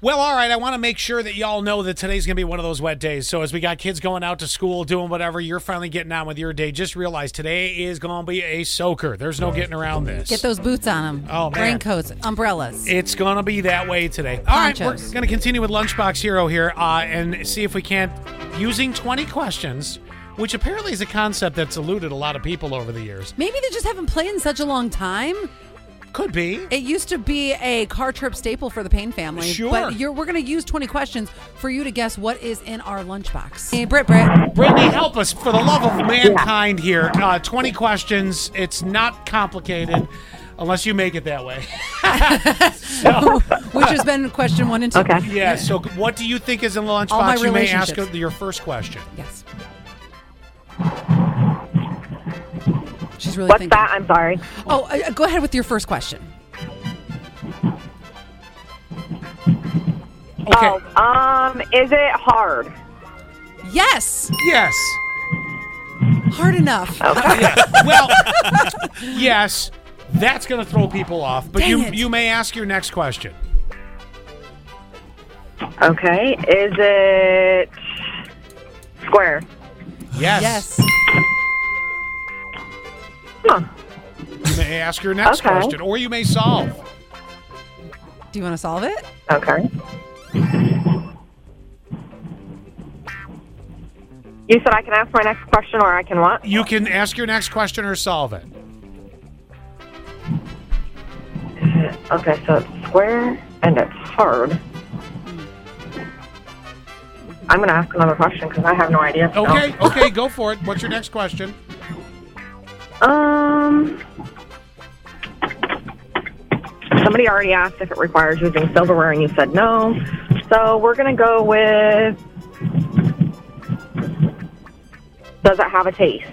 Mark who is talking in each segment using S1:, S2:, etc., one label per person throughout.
S1: Well, all right. I want to make sure that y'all know that today's going to be one of those wet days. So, as we got kids going out to school, doing whatever, you're finally getting on with your day. Just realize today is going to be a soaker. There's no getting around this.
S2: Get those boots on them.
S1: Oh, man.
S2: Raincoats, umbrellas.
S1: It's going to be that way today. All right, we're
S2: Ponchos.
S1: going to continue with Lunchbox Hero here uh, and see if we can't, using 20 questions, which apparently is a concept that's eluded a lot of people over the years.
S2: Maybe they just haven't played in such a long time.
S1: Could be.
S2: It used to be a car trip staple for the Payne family.
S1: Sure.
S2: But you're, we're going to use 20 questions for you to guess what is in our lunchbox. Hey, Britt, Britt.
S1: Brittany, help us for the love of mankind here. Uh, 20 questions. It's not complicated unless you make it that way.
S2: Which has been question one and two.
S3: Okay.
S1: Yeah, so what do you think is in the lunchbox?
S2: All my
S1: you may ask
S2: relationships.
S1: your first question.
S2: Yes. She's really
S3: What's
S2: thinking.
S3: that? I'm sorry.
S2: Oh, uh, go ahead with your first question.
S1: Okay.
S3: Oh, um, is it hard?
S2: Yes.
S1: Yes.
S2: Hard enough.
S3: Oh.
S1: Well, yes. That's going to throw people off, but
S2: Dang
S1: you
S2: it.
S1: you may ask your next question.
S3: Okay. Is it square?
S1: Yes.
S2: Yes.
S3: Huh.
S1: You may ask your next
S3: Okay.
S1: question or you may solve.
S2: Do you want to solve it?
S3: Okay. You said I can ask my next question or I can what?
S1: You can ask your next question or solve it.
S3: Okay, so it's square and it's hard. I'm going to ask another question because I have no idea. so-
S1: Okay, okay, go for it. What's your next question?
S3: Um. Somebody already asked if it requires using silverware, and you said no. So we're gonna go with. Does it have a taste?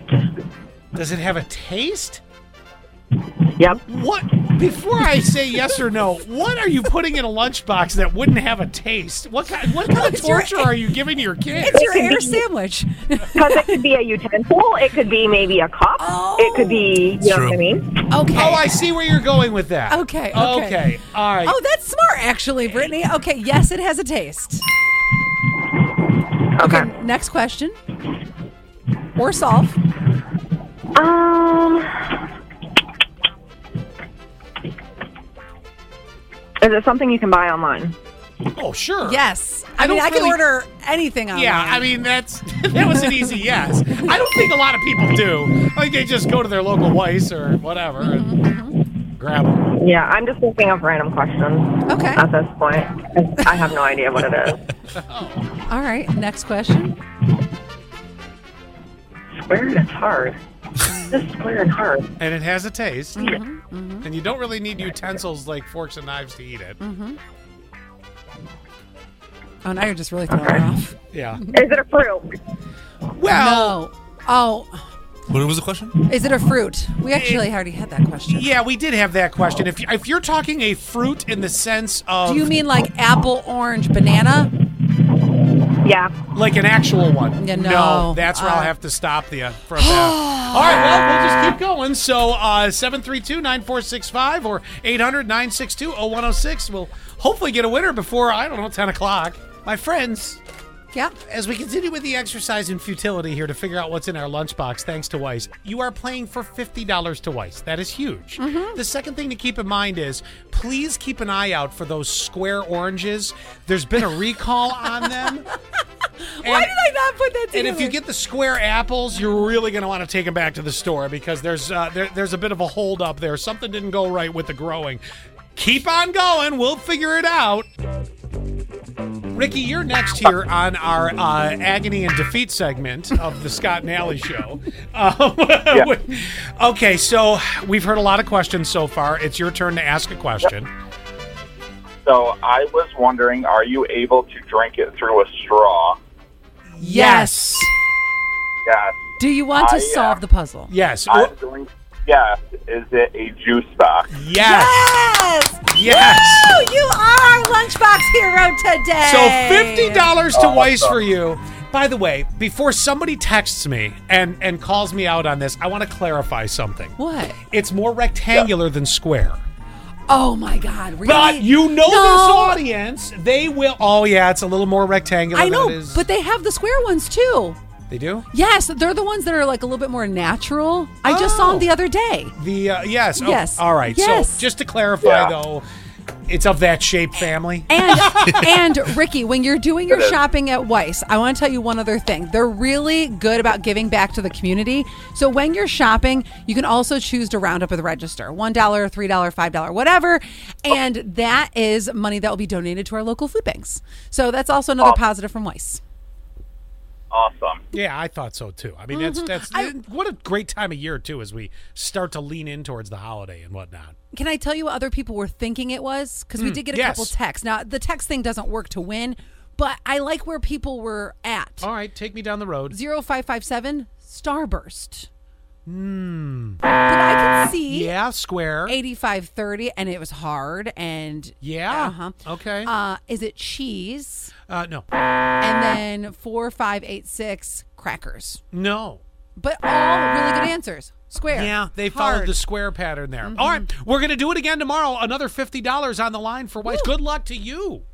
S1: Does it have a taste?
S3: Yep.
S1: What? Before I say yes or no, what are you putting in a lunchbox that wouldn't have a taste? What kind? What kind of
S2: It's your-
S1: torture are you giving your kids?
S2: It's your air sandwich.
S3: Because it could be a utensil. It could be maybe a cup.
S2: Oh.
S3: It could be. You know
S4: True.
S3: what I mean?
S2: Okay.
S1: Oh, I see where you're going with that.
S2: Okay,
S1: Okay.
S2: okay.
S1: All right.
S2: Oh, that's smart, actually, Brittany. Okay, yes, it has a taste.
S3: Okay.
S2: Next question. Or solve.
S3: Um. Is it something you can buy online?
S1: Oh, sure.
S2: Yes.
S1: I
S2: I, mean,
S1: don't
S2: I can
S1: really-
S2: order anything online.
S1: Yeah, I mean that's that was an easy yes. I don't think a lot of people do. I think they just go to their local Weiss or whatever and grab them.
S3: Yeah, I'm just thinking of random questions.
S2: Okay.
S3: At this point, I have no idea what it is.
S2: All right, next question.
S3: Square and it's hard. This square and hard.
S1: And it has a taste,
S2: Mm-hmm,
S1: and you don't really need utensils like forks and knives to eat it.
S2: Mm-hmm. Oh, now you're just really throwing her off.
S1: Yeah.
S3: Is it a fruit?
S1: Well,
S2: No. Oh,
S4: What was the question?
S2: is it a fruit? We actually already had that question.
S1: Yeah, we did have that question. If if you're talking a fruit in the sense of
S2: Do you mean like apple, orange, banana?
S3: Yeah.
S1: like an actual one,
S2: Yeah, no.
S1: that's where I'll
S2: Uh,
S1: have to stop you from that. All right, well, we'll just keep going. So uh, 732-9465 or 800-962-0106. We'll hopefully get a winner before, I don't know, 10 o'clock. My friends,
S2: Yeah.
S1: as we continue with the exercise in futility here to figure out what's in our lunchbox, thanks to Weiss, you are playing for $50 to Weiss. That is huge.
S2: Mm-hmm.
S1: The second thing to keep in mind is please keep an eye out for those square oranges. There's been a recall on them. And-
S2: Why did I not put that
S1: and
S2: together?
S1: if you get the square apples, you're really going to want to take them back to the store because there's uh, there, there's a bit of a hold up there. Something didn't go right with the growing. Keep on going. We'll figure it out. Ricky, you're next here on our uh, agony and defeat segment of the Scott and Alley Show. Um, okay, so we've heard a lot of questions so far. It's your turn to ask a question.
S5: So I was wondering, are you able to drink it through a straw?
S2: Yes.
S5: Yes.
S2: Do you want to
S5: I, uh,
S2: solve the puzzle?
S1: Yes.
S5: I'm doing, yes. Is it a juice box?
S1: Yes.
S2: Yes.
S1: Yes.
S2: Oh, you are Lunchbox Hero today.
S1: So fifty dollars to
S5: Awesome.
S1: Weiss for you. By the way, before somebody texts me and and calls me out on this, I want to clarify something.
S2: What?
S1: It's more rectangular than square.
S2: Oh my God! Really?
S1: But you know this
S2: No.
S1: audience, they will. Oh yeah, it's a little more rectangular.
S2: I know,
S1: than it is.
S2: but they have the square ones too.
S1: they do.
S2: Yes, they're the ones that are like a little bit more natural. I just saw
S1: Oh.
S2: them the other day.
S1: The uh, yes, oh,
S2: Yes.
S1: all right.
S2: Yes.
S1: So just to clarify,
S5: Yeah.
S1: though, it's of that shape family.
S2: And and Ricky, when you're doing your
S5: It is.
S2: shopping at Weiss, I want to tell you one other thing. They're really good about giving back to the community. So when you're shopping, you can also choose to round up at the register. $1, $3, $5, whatever.
S5: Oh.
S2: And that is money that will be donated to our local food banks. So that's also another
S5: Awesome.
S2: positive from Weiss.
S5: Awesome.
S1: Yeah, I thought so too. I mean,
S2: Mm-hmm.
S1: that's that's what a great time of year too, as we start to lean in towards the holiday and whatnot.
S2: Can I tell you what other people were thinking it was? Because
S5: Hmm,
S2: we did get a
S1: yes.
S2: couple texts. Now, the text thing doesn't work to win, but I like where people were at.
S1: All right, take me down the road.
S2: 0557 Starburst. Hmm. But I could see
S1: Yeah, square.
S2: 8530 and it was hard and
S1: Yeah.
S2: Uh-huh.
S1: Okay.
S2: Uh is it cheese?
S1: Uh, no,
S2: And then 4586 crackers.
S1: no.
S2: But all really good answers. Square.
S1: Yeah, they followed
S2: hard. Mm-hmm.
S1: the square pattern there. All right, we're gonna do it again tomorrow. Another fifty dollars on the line for Weiss. Good luck to you.